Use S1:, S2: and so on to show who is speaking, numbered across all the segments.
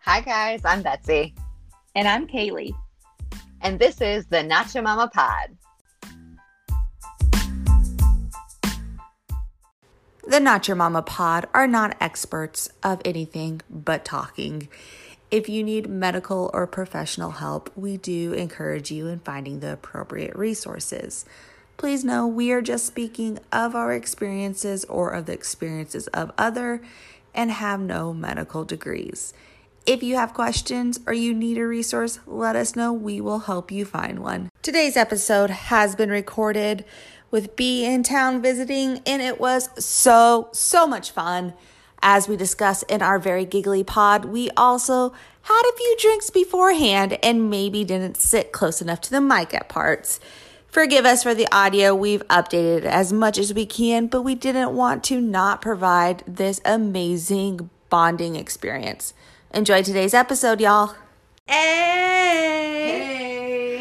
S1: Hi, guys. I'm Betsy,
S2: And I'm Kaylee.
S1: and this is the Nacho Mama Pod.
S3: The Not Your Mama Pod are not experts of anything but talking. If you need medical or professional help, we do encourage you in finding the appropriate resources. Please know we are just speaking of our experiences or of the experiences of other and have no medical degrees. If you have questions or you need a resource, let us know. We will help you find one. Today's episode has been recorded with B in town visiting, and it was so, so much fun. As we discussed in our very giggly pod, we also had a few drinks beforehand and maybe didn't sit close enough to the mic at parts. Forgive us for the audio. We've updated it as much as we can, but we didn't want to not provide this amazing bonding experience. Enjoy today's episode, y'all. Hey!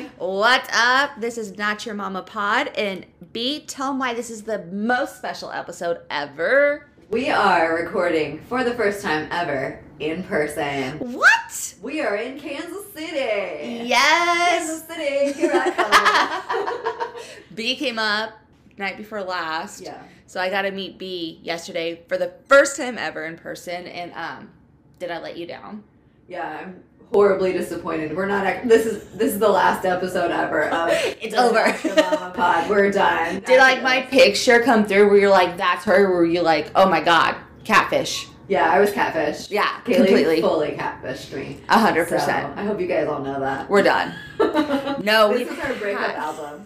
S3: Hey! What's up? This is Not Your Mama Pod, and B, tell 'em why this is the most special episode ever.
S1: We are recording for the first time ever in person.
S3: What?
S1: We are in Kansas City.
S3: Yes!
S1: Kansas City. Here I come.
S3: B came up night before last.
S1: yeah.
S3: So I got to meet B yesterday for the first time ever in person, and um, did I let you down?
S1: Yeah. I'm horribly disappointed. We're not. Ac- this is this is the last episode ever of
S3: It's
S1: the
S3: over.
S1: Nacho Mama Pod. We're done.
S3: Did like my picture come through where you're like, that's her? Where you like, oh my god, catfish?
S1: Yeah, I was catfished.
S3: Yeah,
S1: Kaylee
S3: completely, a
S1: fully catfished me.
S3: hundred
S1: So,
S3: percent.
S1: I hope you guys all know that.
S3: We're done. No,
S1: this
S3: we've
S1: is our breakup
S3: had-
S1: album.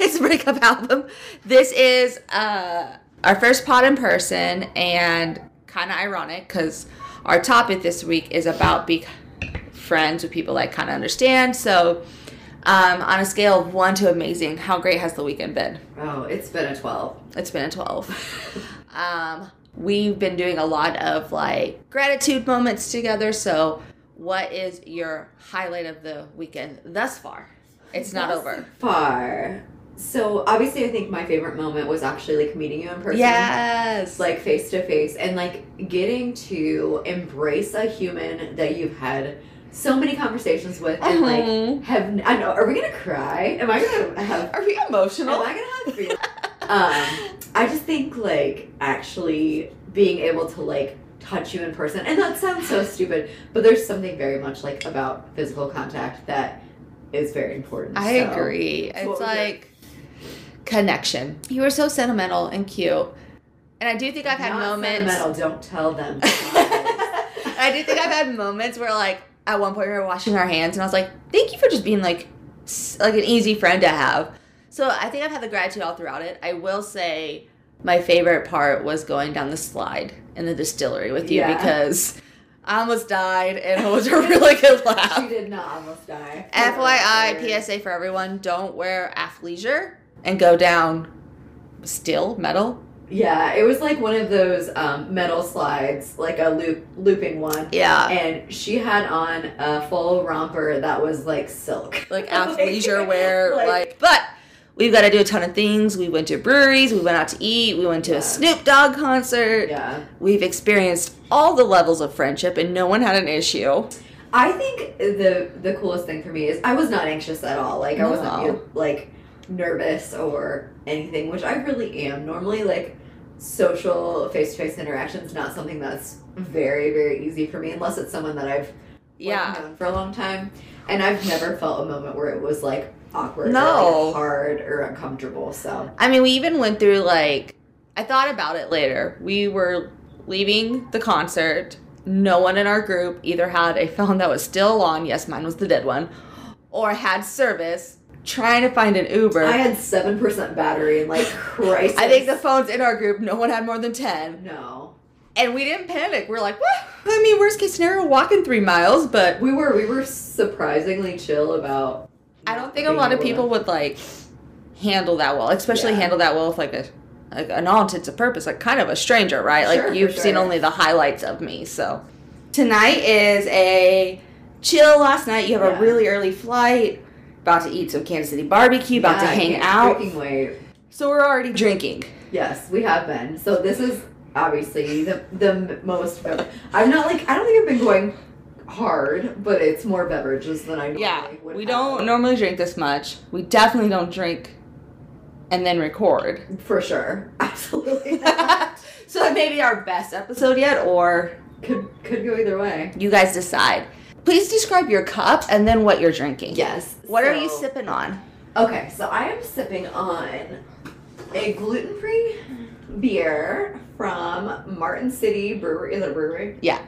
S3: it's a breakup album. This is uh, our first pod in person, and kind of ironic because our topic this week is about being friends with people that kind of understand. So, um, on a scale of one to amazing, how great has the weekend been?
S1: Oh, it's been a twelve.
S3: It's been a 12. um, we've been doing a lot of like gratitude moments together. So, what is your highlight of the weekend thus far? It's not
S1: Thus
S3: over.
S1: Far. So obviously, I think my favorite moment was actually like meeting you in person.
S3: Yes.
S1: Like face to face, and like getting to embrace a human that you've had so many conversations with, and like
S2: Uh-huh.
S3: Mhm.
S1: have. I know. Are we gonna cry? Am I gonna have?
S3: are we
S1: Am
S3: emotional?
S1: I gonna have feelings? um, I just think like actually being able to like touch you in person, and that sounds so stupid, but there's something very much like about physical contact that is very important.
S3: I
S1: so.
S3: agree.
S1: What was
S3: It's like connection. You were so sentimental and cute. And I do think I've had
S1: Not
S3: moments.
S1: sentimental, Don't tell them.
S3: I do think I've had moments where, like, at one point we were washing our hands, and I was like, "Thank you for just being like, s- like an easy friend to have." So I think I've had the gratitude all throughout it. I will say my favorite part was going down the slide in the distillery with you
S1: Yeah.
S3: because I almost died, and it was a really good
S1: she
S3: laugh.
S1: did not almost die.
S3: FYI, PSA for everyone: don't wear athleisure and go down steel metal.
S1: Yeah, it was like one of those um, metal slides, like a loop looping one.
S3: Yeah,
S1: And she had on a full romper that was like silk.
S3: like
S1: Like-
S3: athleisure wear,
S1: like-
S3: like, But we've got to do a ton of things. We went to breweries. We went out to eat. We went to
S1: Yeah.
S3: a Snoop Dogg concert.
S1: Yeah.
S3: We've experienced all the levels of friendship, and no one had an issue.
S1: I think the the coolest thing for me is I was not anxious at all. Like I wasn't
S3: No.
S1: like nervous or anything, which I really am normally. Like social face to face interaction is not something that's very very easy for me unless it's someone that I've like,
S3: Yeah,
S1: known for a long time, and I've never felt a moment where it was like awkward, or,
S3: No.
S1: like, hard or uncomfortable. So
S3: I mean, we even went through like I thought about it later. We were leaving the concert. No one in our group either had a phone that was still on. Yes, mine was the dead one, or had service. Trying to find an Uber.
S1: I had seven percent battery and like crisis.
S3: I think the phones in our group, no one had more than 10.
S1: no.
S3: And we didn't panic. We're like, what? I mean, worst case scenario, walking three miles, but
S1: We were we were surprisingly chill about.
S3: I don't think a lot of people would like handle that well, especially
S1: Yeah.
S3: handle that well with like a like an all intents and purpose, like kind of a stranger, right?
S1: Sure, for
S3: like you've seen
S1: sure.
S3: only the highlights of me. So tonight is a chill last night. You have
S1: Yeah.
S3: a really early flight, about to eat some Kansas City barbecue, about to
S1: Yeah,
S3: hang
S1: can't
S3: out.
S1: freaking wait.
S3: So we're already drinking.
S1: Yes, we have been. So this is obviously the the m- most. I've not like I don't think I've been going hard, but it's more beverages than I normally
S3: Yeah,
S1: would
S3: we
S1: have.
S3: don't normally drink this much. We definitely don't drink and then record.
S1: For sure. Absolutely.
S3: so that may be our best episode yet, or
S1: could could go either way.
S3: you guys decide. Please describe your cup and then what you're drinking.
S1: Yes.
S3: What are you
S1: so-
S3: sipping on?
S1: Okay, so I am sipping on a gluten free beer from Martin City Brewery. Is it a brewery?
S3: Yeah.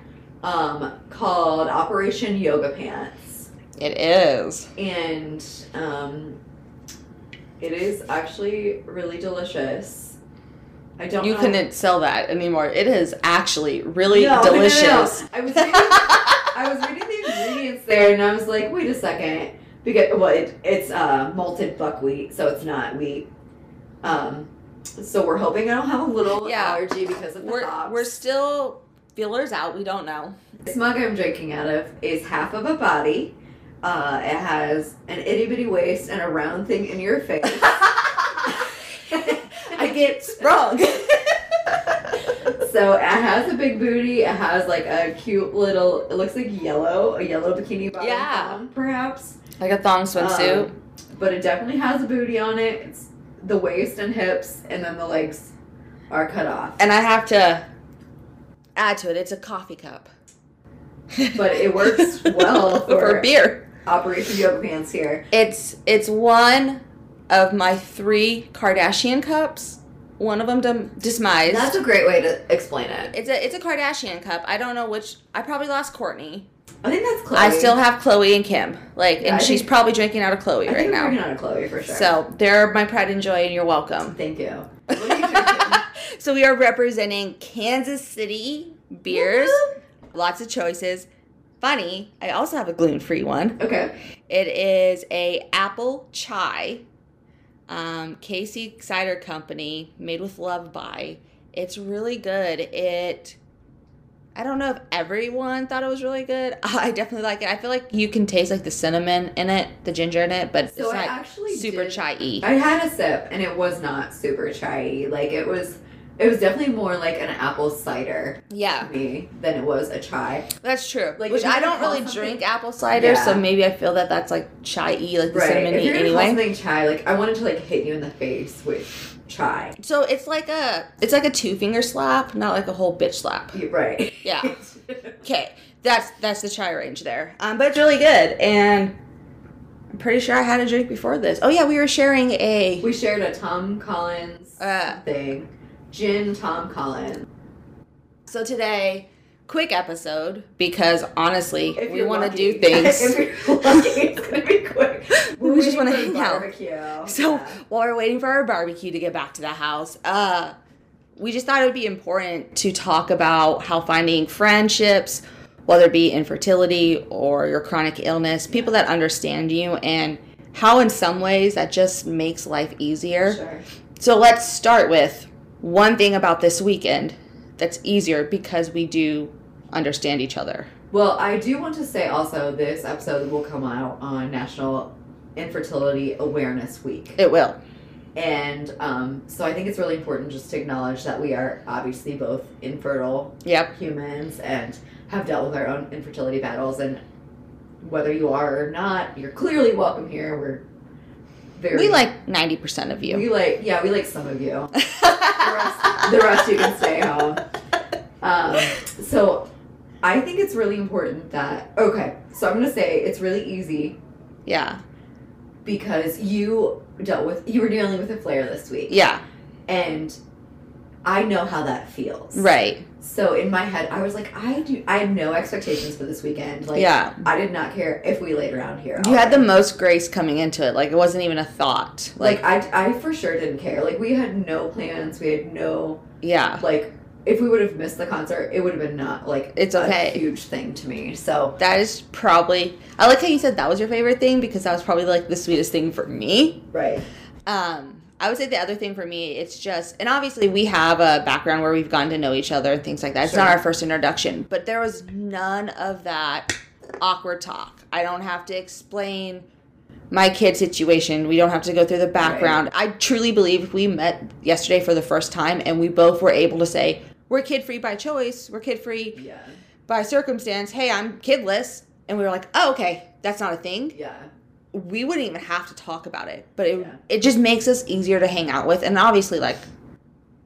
S1: Um, called Operation Yoga Pants.
S3: It is.
S1: And um, it is actually really delicious. I don't
S3: You
S1: know.
S3: couldn't sell that anymore. It is actually really
S1: No, no, no, no.
S3: delicious.
S1: I was reading, I was reading the ingredients there, and I was like, wait a second, because well, it, it's uh, malted buckwheat, so it's not wheat. Um, so we're hoping I don't have a little
S3: Yeah.
S1: allergy because of the hops.
S3: We're, we're still feelers out. We don't know.
S1: This mug I'm drinking out of is half of a body. Uh, it has an itty bitty waist and a round thing in your face.
S3: I get sprung.
S1: so it has a big booty. It has like a cute little. It looks like yellow, a yellow bikini bottom,
S3: Yeah.
S1: thong, perhaps.
S3: like a thong swimsuit.
S1: Um, but it definitely has a booty on it. It's the waist and hips, and then the legs are cut off.
S3: and I have to add to it, it's a coffee cup.
S1: But it works well
S3: for
S1: for
S3: beer.
S1: Operation Yoga Pants here.
S3: It's it's one of my three Kardashian cups. One of them dim- dismised.
S1: That's a great way to explain it.
S3: it's a it's a Kardashian cup. I don't know which. I probably lost Courtney.
S1: I think that's Chloe.
S3: I still have Chloe and Kim. Like,
S1: Yeah,
S3: and
S1: I
S3: she's
S1: think-
S3: probably drinking out of Chloe
S1: I
S3: right
S1: think
S3: now.
S1: we're on a Chloe for sure.
S3: So they're my pride and joy, and you're welcome.
S1: thank you. What are you drinking?
S3: So we are representing Kansas City beers. Lots of choices. Funny, I also have a gluten-free one.
S1: okay.
S3: It is a apple chai, um, Casey Cider Company, made with love by. It's really good. It, I don't know if everyone thought it was really good. I definitely like it. I feel like you can taste like the cinnamon in it, the ginger in it, but
S1: So
S3: it's
S1: I
S3: not
S1: actually
S3: super
S1: did-
S3: chai-y.
S1: I had a sip, and it was not super chai. Like it was, it was definitely more like an apple cider
S3: yeah.
S1: to me than it was a chai.
S3: That's true.
S1: Like,
S3: Which
S1: if you
S3: I
S1: can
S3: don't
S1: call
S3: really
S1: something-
S3: drink apple cider,
S1: Yeah.
S3: so maybe I feel that that's like chai y, like the
S1: Right.
S3: cinnamon
S1: If you're gonna call
S3: anyway.
S1: something chai, like I wanted to like hit you in the face with chai.
S3: So it's like a it's like a two finger slap, not like a whole bitch slap.
S1: You- Right.
S3: Yeah. Okay. That's that's the chai range there. Um, but it's really good, and I'm pretty sure I had a drink before this. Oh yeah, we were sharing a
S1: we shared a Tom Collins
S3: Uh.
S1: thing. Gin Tom Collins.
S3: so today quick episode because honestly
S1: If
S3: we
S1: you're
S3: want to
S1: lucky-
S3: do things.
S1: if you're lucky, it's gonna be quick. We're
S3: We just
S1: waiting
S3: wanna
S1: for
S3: hang out.
S1: Barbecue.
S3: So
S1: Yeah.
S3: while we're waiting for our barbecue to get back to the house, uh, we just thought it would be important to talk about how finding friendships, whether it be infertility or your chronic illness, people that understand you, and how in some ways that just makes life easier.
S1: Sure.
S3: So let's start with one thing about this weekend that's easier because we do understand each other.
S1: Well, I do want to say also this episode will come out on National Infertility Awareness Week.
S3: It will.
S1: And um, so I think it's really important just to acknowledge that we are obviously both infertile
S3: Yep.
S1: humans and have dealt with our own infertility battles. And whether you are or not, you're clearly welcome here. We're very
S3: We like 90% of you.
S1: we like yeah we like some of you. The rest, the rest you can stay home. Um, so I think it's really important that okay. So I'm gonna say it's really easy
S3: yeah.
S1: because you dealt with you were dealing with a flare this week
S3: Yeah.
S1: and I know how that feels.
S3: Right.
S1: So in my head, I was like, I do. I had no expectations for this weekend. Like,
S3: yeah.
S1: I did not care if we laid around here.
S3: You had the most grace coming into it. Like it wasn't even a thought. Like,
S1: like, I, I for sure didn't care. Like, we had no plans. We had no
S3: yeah,
S1: like. If we would have missed the concert, it would have been not like
S3: It's okay.
S1: a huge thing to me. So
S3: that is probably. I like how you said that was your favorite thing because that was probably like the sweetest thing for me.
S1: right,
S3: Um, I would say the other thing for me, it's just, and obviously we have a background where we've gotten to know each other and things like that. It's not
S1: Sure.
S3: our first introduction, but there was none of that awkward talk. I don't have to explain my kid situation. We don't have to go through the background. I truly believe if we met yesterday for the first time and we both were able to say, we're kid free by choice, we're kid free
S1: yeah,
S3: by circumstance, hey, I'm kidless. And we were like, oh, okay, that's not a thing.
S1: Yeah.
S3: We wouldn't even have to talk about it, but it,
S1: Yeah.
S3: it just makes us easier to hang out with. And obviously, like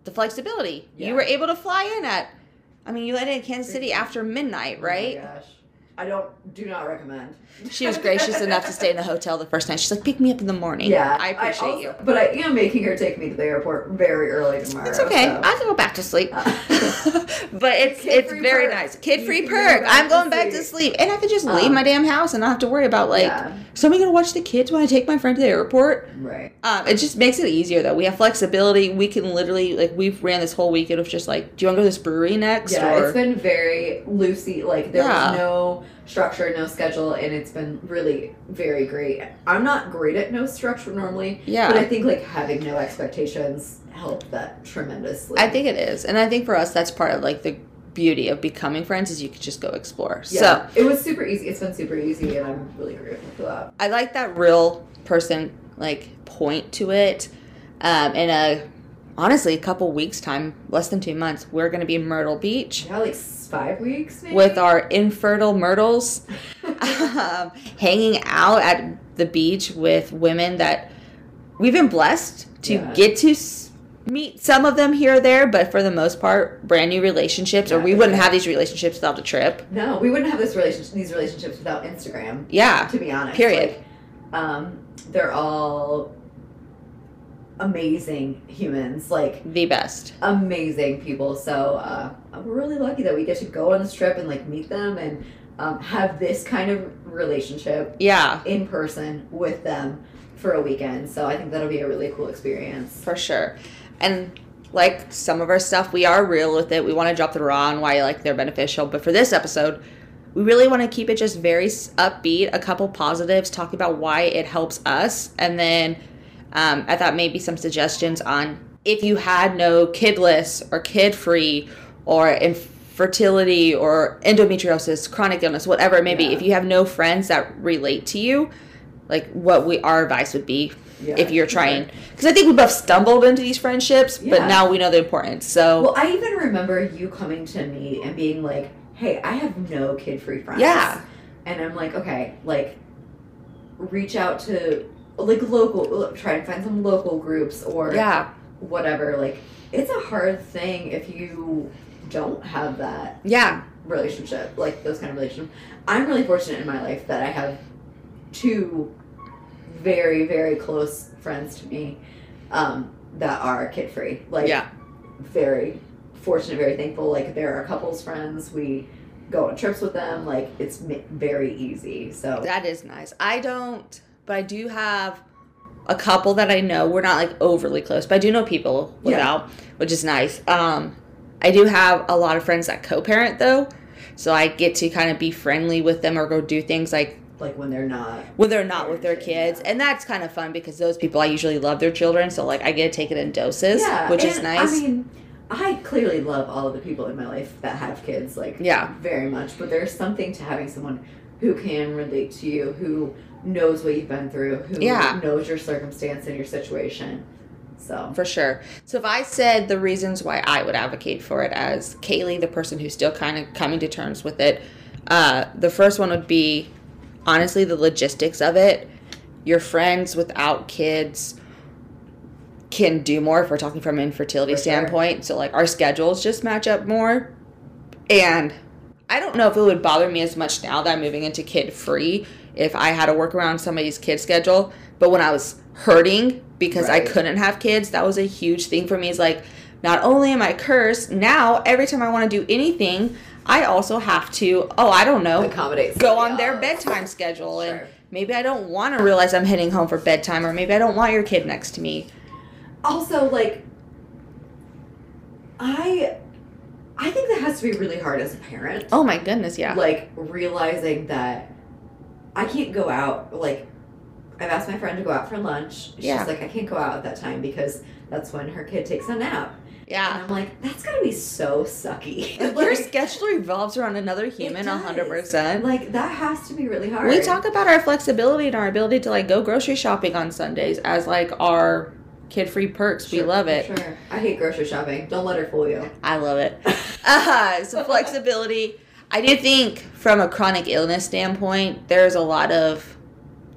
S3: the flexibility.
S1: Yeah.
S3: You were able to fly in at, I mean, you landed in Kansas City after midnight, right?
S1: Oh my gosh. I don't do not recommend.
S3: She was gracious enough to stay in the hotel the first night. She's like, pick me up in the morning.
S1: Yeah.
S3: I appreciate
S1: also-
S3: you.
S1: But I am making her take me to the airport very early tomorrow.
S3: It's okay.
S1: so-
S3: I can go back to sleep. but it's
S1: Kid-free
S3: it's very
S1: perk.
S3: nice. Kid free
S1: You can go
S3: perk.
S1: back
S3: I'm
S1: to
S3: going back to
S1: sleep.
S3: sleep. And I can just leave
S1: Um,
S3: my damn house and not have to worry about like
S1: Yeah.
S3: somebody gonna watch the kids when I take my friend to the airport.
S1: Right.
S3: Um, it just makes it easier though. We have flexibility. We can literally like we've ran this whole weekend of just like, do you wanna go to this brewery next?
S1: Yeah,
S3: or
S1: it's been very loosey. Like there
S3: Yeah.
S1: was no structure, no schedule, and it's been really very great. I'm not great at no structure normally, but
S3: yeah.
S1: I think like having no expectations helped that tremendously.
S3: I think it is. And I think for us that's part of like the beauty of becoming friends is you could just go explore. So
S1: yeah, it was super easy. It's been super easy, and I'm really grateful for that.
S3: I like that real person like point to it. Um, in a honestly, a couple weeks time, less than two months, we're gonna be in Myrtle Beach
S1: Yeah, like s- five weeks maybe
S3: with our infertile myrtles, um, hanging out at the beach with women that we've been blessed to
S1: Yeah.
S3: get to. S- Meet some of them here or there, but for the most part, brand new relationships, or we
S1: Yeah.
S3: wouldn't have these relationships without the trip.
S1: no, we wouldn't have this relationship, these relationships without Instagram.
S3: Yeah,
S1: To be honest,
S3: Period.
S1: Like, um, they're all amazing humans. Like
S3: the best.
S1: amazing people. So uh, we're really lucky that we get to go on this trip and like meet them and um, have this kind of relationship
S3: Yeah,
S1: in person with them for a weekend. So I think that'll be a really cool experience.
S3: for sure. And like some of our stuff, we are real with it. We want to drop the raw and why like they're beneficial. But for this episode, we really want to keep it just very s- upbeat, a couple positives, talk about why it helps us, and then um, I thought maybe some suggestions on if you had no kidless or kid free or infertility or endometriosis, chronic illness, whatever it may be.
S1: Yeah.
S3: If you have no friends that relate to you, like what we our advice would be
S1: Yeah.
S3: if you're trying because i think we both stumbled into these friendships but
S1: Yeah.
S3: now we know the importance so
S1: Well, I even remember you coming to me and being like, "Hey, I have no kid-free friends."
S3: Yeah.
S1: And I'm like, okay, like, reach out to like local, try and find some local groups or
S3: yeah
S1: whatever. Like, it's a hard thing if you don't have that
S3: yeah
S1: relationship, like those kind of relationship. I'm really fortunate in my life that I have two very, very close friends to me um, that are kid free. Like,
S3: yeah
S1: very fortunate, very thankful. Like, there are couples friends. We go on trips with them. Like, it's m- very easy. So,
S3: that is nice i don't but i do have a couple that i know we're not like overly close but i do know people
S1: Yeah.
S3: without which is nice um i do have a lot of friends that co-parent though so i get to kind of be friendly with them or go do things like
S1: like, when they're not.
S3: when they're not with their
S1: Parenting, yeah.
S3: kids and that's kind of fun because those people i usually love their children so like i get to take it in doses which is
S1: and,
S3: nice
S1: I mean, I clearly love all of the people in my life that have kids. Like,
S3: yeah
S1: very much, but there's something to having someone who can relate to you, who knows what you've been through, who
S3: Yeah.
S1: knows your circumstance and your situation. So,
S3: for sure. So if I said the reasons why I would advocate for it as Kaylee, the person who's still kind of coming to terms with it, uh, the first one would be honestly the logistics of it. Your friends without kids can do more if we're talking from an infertility
S1: For sure.
S3: standpoint. So like our schedules just match up more. And I don't know if it would bother me as much now that I'm moving into kid free if I had to work around somebody's kid schedule. But when I was hurting because I
S1: Right.
S3: couldn't have kids, that was a huge thing for me. Is like, not only am I cursed, now every time I want to do anything, I also have to, oh, I don't know,
S1: accommodate.
S3: go
S1: somebody
S3: on their
S1: else.
S3: bedtime schedule. And
S1: Sure.
S3: maybe I don't want to realize I'm heading home for bedtime, or maybe I don't want your kid next to me.
S1: Also, like, I, I think that has to be really hard as a parent.
S3: Oh my goodness, yeah.
S1: like realizing that I can't go out. Like, I've asked my friend to go out for lunch. She's
S3: Yeah.
S1: like, I can't go out at that time because that's when her kid takes a nap.
S3: yeah.
S1: And I'm like, that's gotta be so sucky.
S3: your
S1: Like,
S3: schedule revolves around another human
S1: does.
S3: 100%.
S1: Like that has to be really hard.
S3: we talk about our flexibility and our ability to like go grocery shopping on Sundays as like our kid free perks. we
S1: Sure,
S3: love it.
S1: Sure. I hate grocery shopping. Don't let her fool you.
S3: I love it. Uh, so flexibility. I do think from a chronic illness standpoint, there's a lot of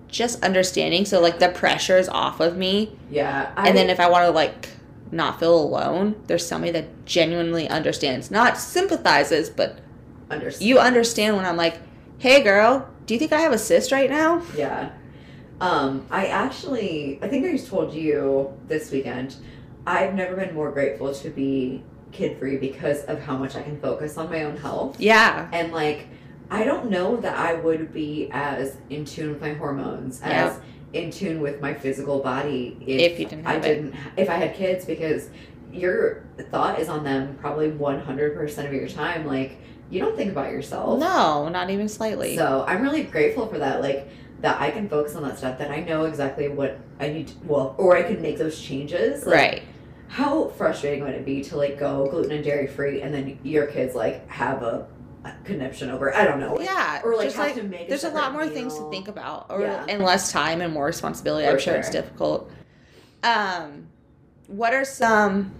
S3: just understanding. So like the pressure is off of me,
S1: Yeah. I,
S3: and then if I want to like not feel alone, there's somebody that genuinely understands, not sympathizes, but
S1: understand.
S3: you understand when I'm like, "Hey, girl, do you think I have a cyst right now?"
S1: Yeah. Um, I actually, I think I just told you this weekend, I've never been more grateful to be kid free because of how much I can focus on my own health.
S3: Yeah,
S1: And like, I don't know that I would be as in tune with my hormones, as in tune with my physical body if,
S3: if you didn't
S1: I
S3: have it,
S1: didn't, ha- if I had kids, because your thought is on them probably 100% of your time. Like, you don't think about yourself.
S3: no, not even slightly.
S1: So I'm really grateful for that. Like that I can focus on that stuff. That I know exactly what I need. To, well, or I can make those changes. Like,
S3: right.
S1: How frustrating would it be to like go gluten and dairy free, and then your kids like have a, a conniption over? I don't know.
S3: Yeah.
S1: Or like
S3: just
S1: have
S3: like
S1: to make.
S3: there's a
S1: separate
S3: lot more things to
S1: meal.
S3: think about or
S1: Yeah.
S3: and less time and more responsibility i'm
S1: For
S3: sure, it's
S1: sure.
S3: difficult um what are some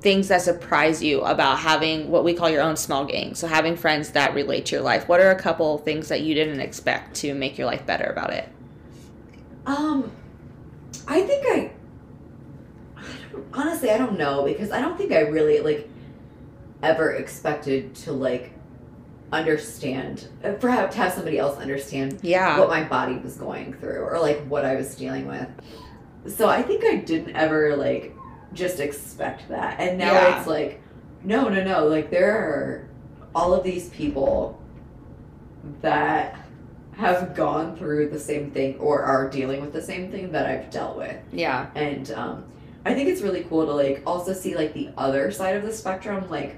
S3: things that surprise you about having what we call your own small gang so having friends that relate to your life what are a couple things that you didn't expect to make your life better about it
S1: Um, I think I. I don't, honestly, I don't know because I don't think I really like ever expected to like understand uh, perhaps have somebody else understand
S3: yeah
S1: what my body was going through or like what I was dealing with. So I think I didn't ever like just expect that. And now
S3: Yeah.
S1: it's like, no, no, no. Like there are all of these people that have gone through the same thing or are dealing with the same thing that I've dealt with.
S3: yeah
S1: And um, I think it's really cool to like also see like the other side of the spectrum. Like,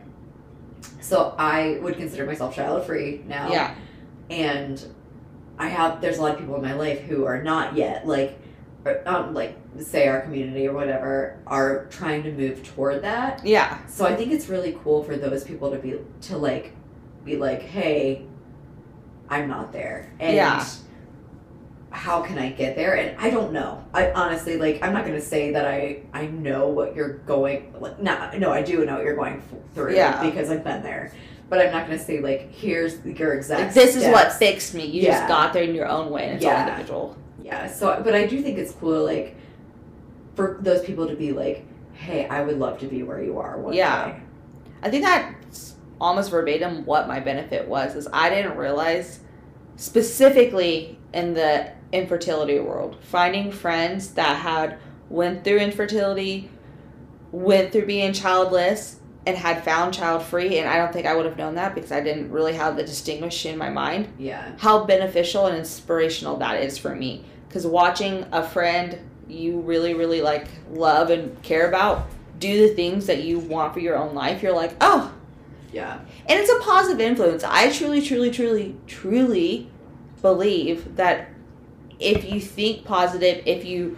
S1: so I would consider myself child free now
S3: yeah
S1: and I have there's a lot of people in my life who are not yet like or, um like say our community or whatever are trying to move toward that.
S3: yeah
S1: So I think it's really cool for those people to be to like be like, "Hey, I'm not there." And
S3: Yeah.
S1: how can I get there? And I don't know. I honestly like I'm not going to say that I I know what you're going like no no I do know what you're going f- through
S3: Yeah.
S1: because I've been there. But I'm not going to say like here's your exact
S3: Like, this is what
S1: steps.
S3: fixed me you
S1: Yeah.
S3: just got there in your own way and it's all
S1: Yeah.
S3: individual
S1: Yeah, so but I do think it's cool like for those people to be like, "Hey, I would love to be where you are one
S3: Yeah.
S1: day."
S3: I think that's almost verbatim what my benefit was is I didn't realize specifically in the infertility world finding friends that had went through infertility went through being childless and had found child free and I don't think I would have known that because I didn't really have the distinction in my mind
S1: Yeah.
S3: how beneficial and inspirational that is for me because watching a friend you really really like love and care about do the things that you want for your own life you're like oh
S1: Yeah.
S3: and it's a positive influence i truly truly truly truly believe that if you think positive if you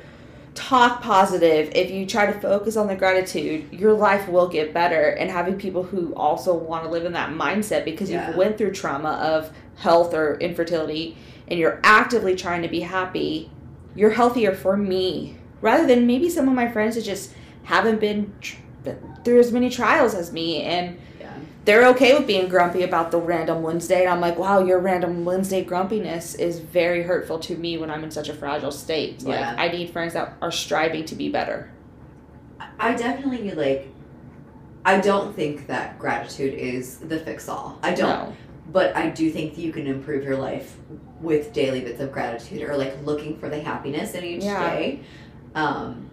S3: talk positive if you try to focus on the gratitude your life will get better and having people who also want to live in that mindset because
S1: Yeah.
S3: you've went through trauma of health or infertility and you're actively trying to be happy you're healthier for me rather than maybe some of my friends that just haven't been tr- been through as many trials as me and
S1: Yeah.
S3: they're okay with being grumpy about the random Wednesday. And I'm like, wow, your random Wednesday grumpiness is very hurtful to me when I'm in such a fragile state. Like,
S1: Yeah.
S3: I need friends that are striving to be better.
S1: I- I definitely like I don't think that gratitude is the fix all. I don't.
S3: No.
S1: But I do think that you can improve your life with daily bits of gratitude or like looking for the happiness in each
S3: Yeah.
S1: day. Um,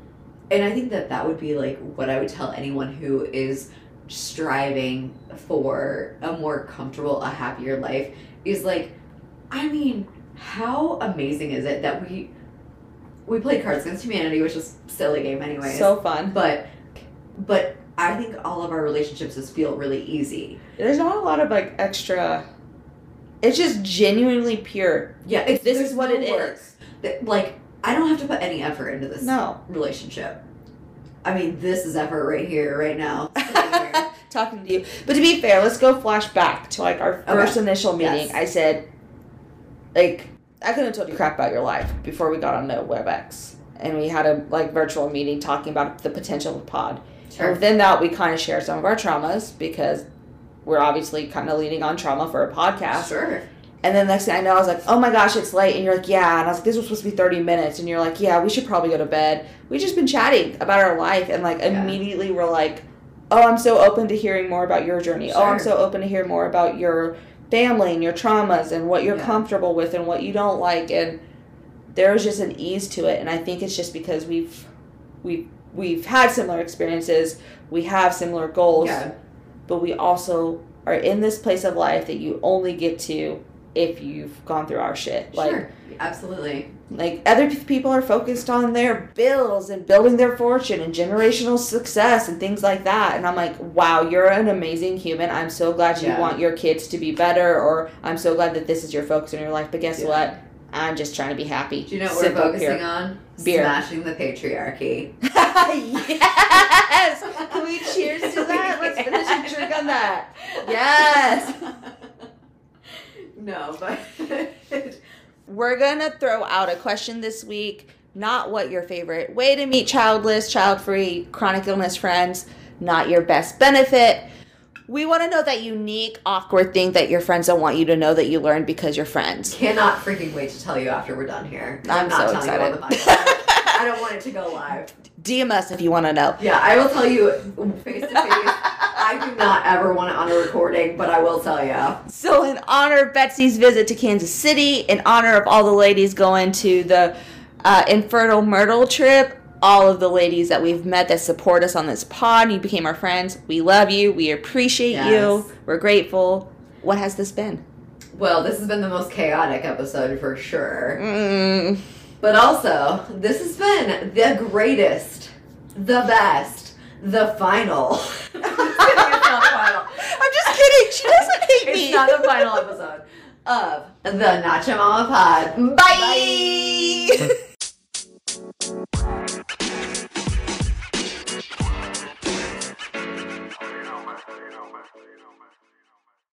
S1: and I think that that would be like what I would tell anyone who is striving for a more comfortable, a happier life is like, I mean, how amazing is it that we we played Cards Against Humanity, which is a silly game anyway.
S3: So fun.
S1: but but I think all of our relationships just feel really easy.
S3: There's not a lot of like extra. It's just genuinely pure.
S1: Yeah, it's,
S3: This
S1: there's
S3: is what
S1: no
S3: it is.
S1: work. That- like I don't have to put any effort into this
S3: No.
S1: relationship. I mean, this is effort right here, right now.
S3: Talking to you. But to be fair, let's go flash back to like our first initial meeting.
S1: Yes.
S3: I said, like, I couldn't have told you crap about your life before we got on the WebEx. And we had a like virtual meeting talking about the potential of pod. And
S1: sure.
S3: within that, we kind of share some of our traumas because we're obviously kind of leaning on trauma for a podcast.
S1: Sure.
S3: And then next thing I know, I was like, oh my gosh, it's late. And you're like, yeah. And I was like, this was supposed to be 30 minutes. And you're like, yeah, we should probably go to bed. We've just been chatting about our life. And like,
S1: Yeah.
S3: immediately we're like, oh, I'm so open to hearing more about your journey. Oh, I'm
S1: Sure.
S3: so open to hear more about your family and your traumas and what you're
S1: Yeah.
S3: comfortable with and what you don't like. And there was just an ease to it. And I think it's just because we've, we, we've had similar experiences, we have similar goals
S1: Yeah.
S3: but we also are in this place of life that you only get to if you've gone through our shit. Like
S1: sure. Absolutely.
S3: like other p- people are focused on their bills and building their fortune and generational success and things like that. And I'm like, wow, you're an amazing human. I'm so glad you
S1: Yeah.
S3: want your kids to be better or I'm so glad that this is your focus in your life. But guess
S1: Yeah.
S3: what? I'm just trying to be happy.
S1: Do you know what
S3: Simple
S1: we're focusing
S3: peer-
S1: on?
S3: Beer.
S1: Smashing the patriarchy.
S3: yes. Can we cheers to that? Let's finish a drink on that. Yes.
S1: no, but
S3: We're gonna throw out a question this week. Not what your favorite way to meet childless, child free, chronic illness friends, not your best benefit. We want to know that unique, awkward thing that your friends don't want you to know that you learned because you're friends.
S1: cannot freaking wait to tell you after we're done here. 'Cause
S3: I'm
S1: not
S3: so
S1: telling you on the podcast. I don't want it to go live.
S3: DM us if you want to know.
S1: Yeah, I will tell you face to face. I do not ever want it on a recording, but I will tell you.
S3: So, in honor of Betsy's visit to Kansas City, in honor of all the ladies going to the uh, Infertile Myrtle trip, all of the ladies that we've met that support us on this pod, you became our friends. We love you. We appreciate
S1: Yes.
S3: you. We're grateful. What has this been?
S1: Well, this has been the most chaotic episode for sure.
S3: Mm,
S1: But also, this has been the greatest, the best, the final. it's not final.
S3: I'm just kidding. She doesn't hate me.
S1: It's not the final episode of the Nacha Mama Pod.
S3: Bye.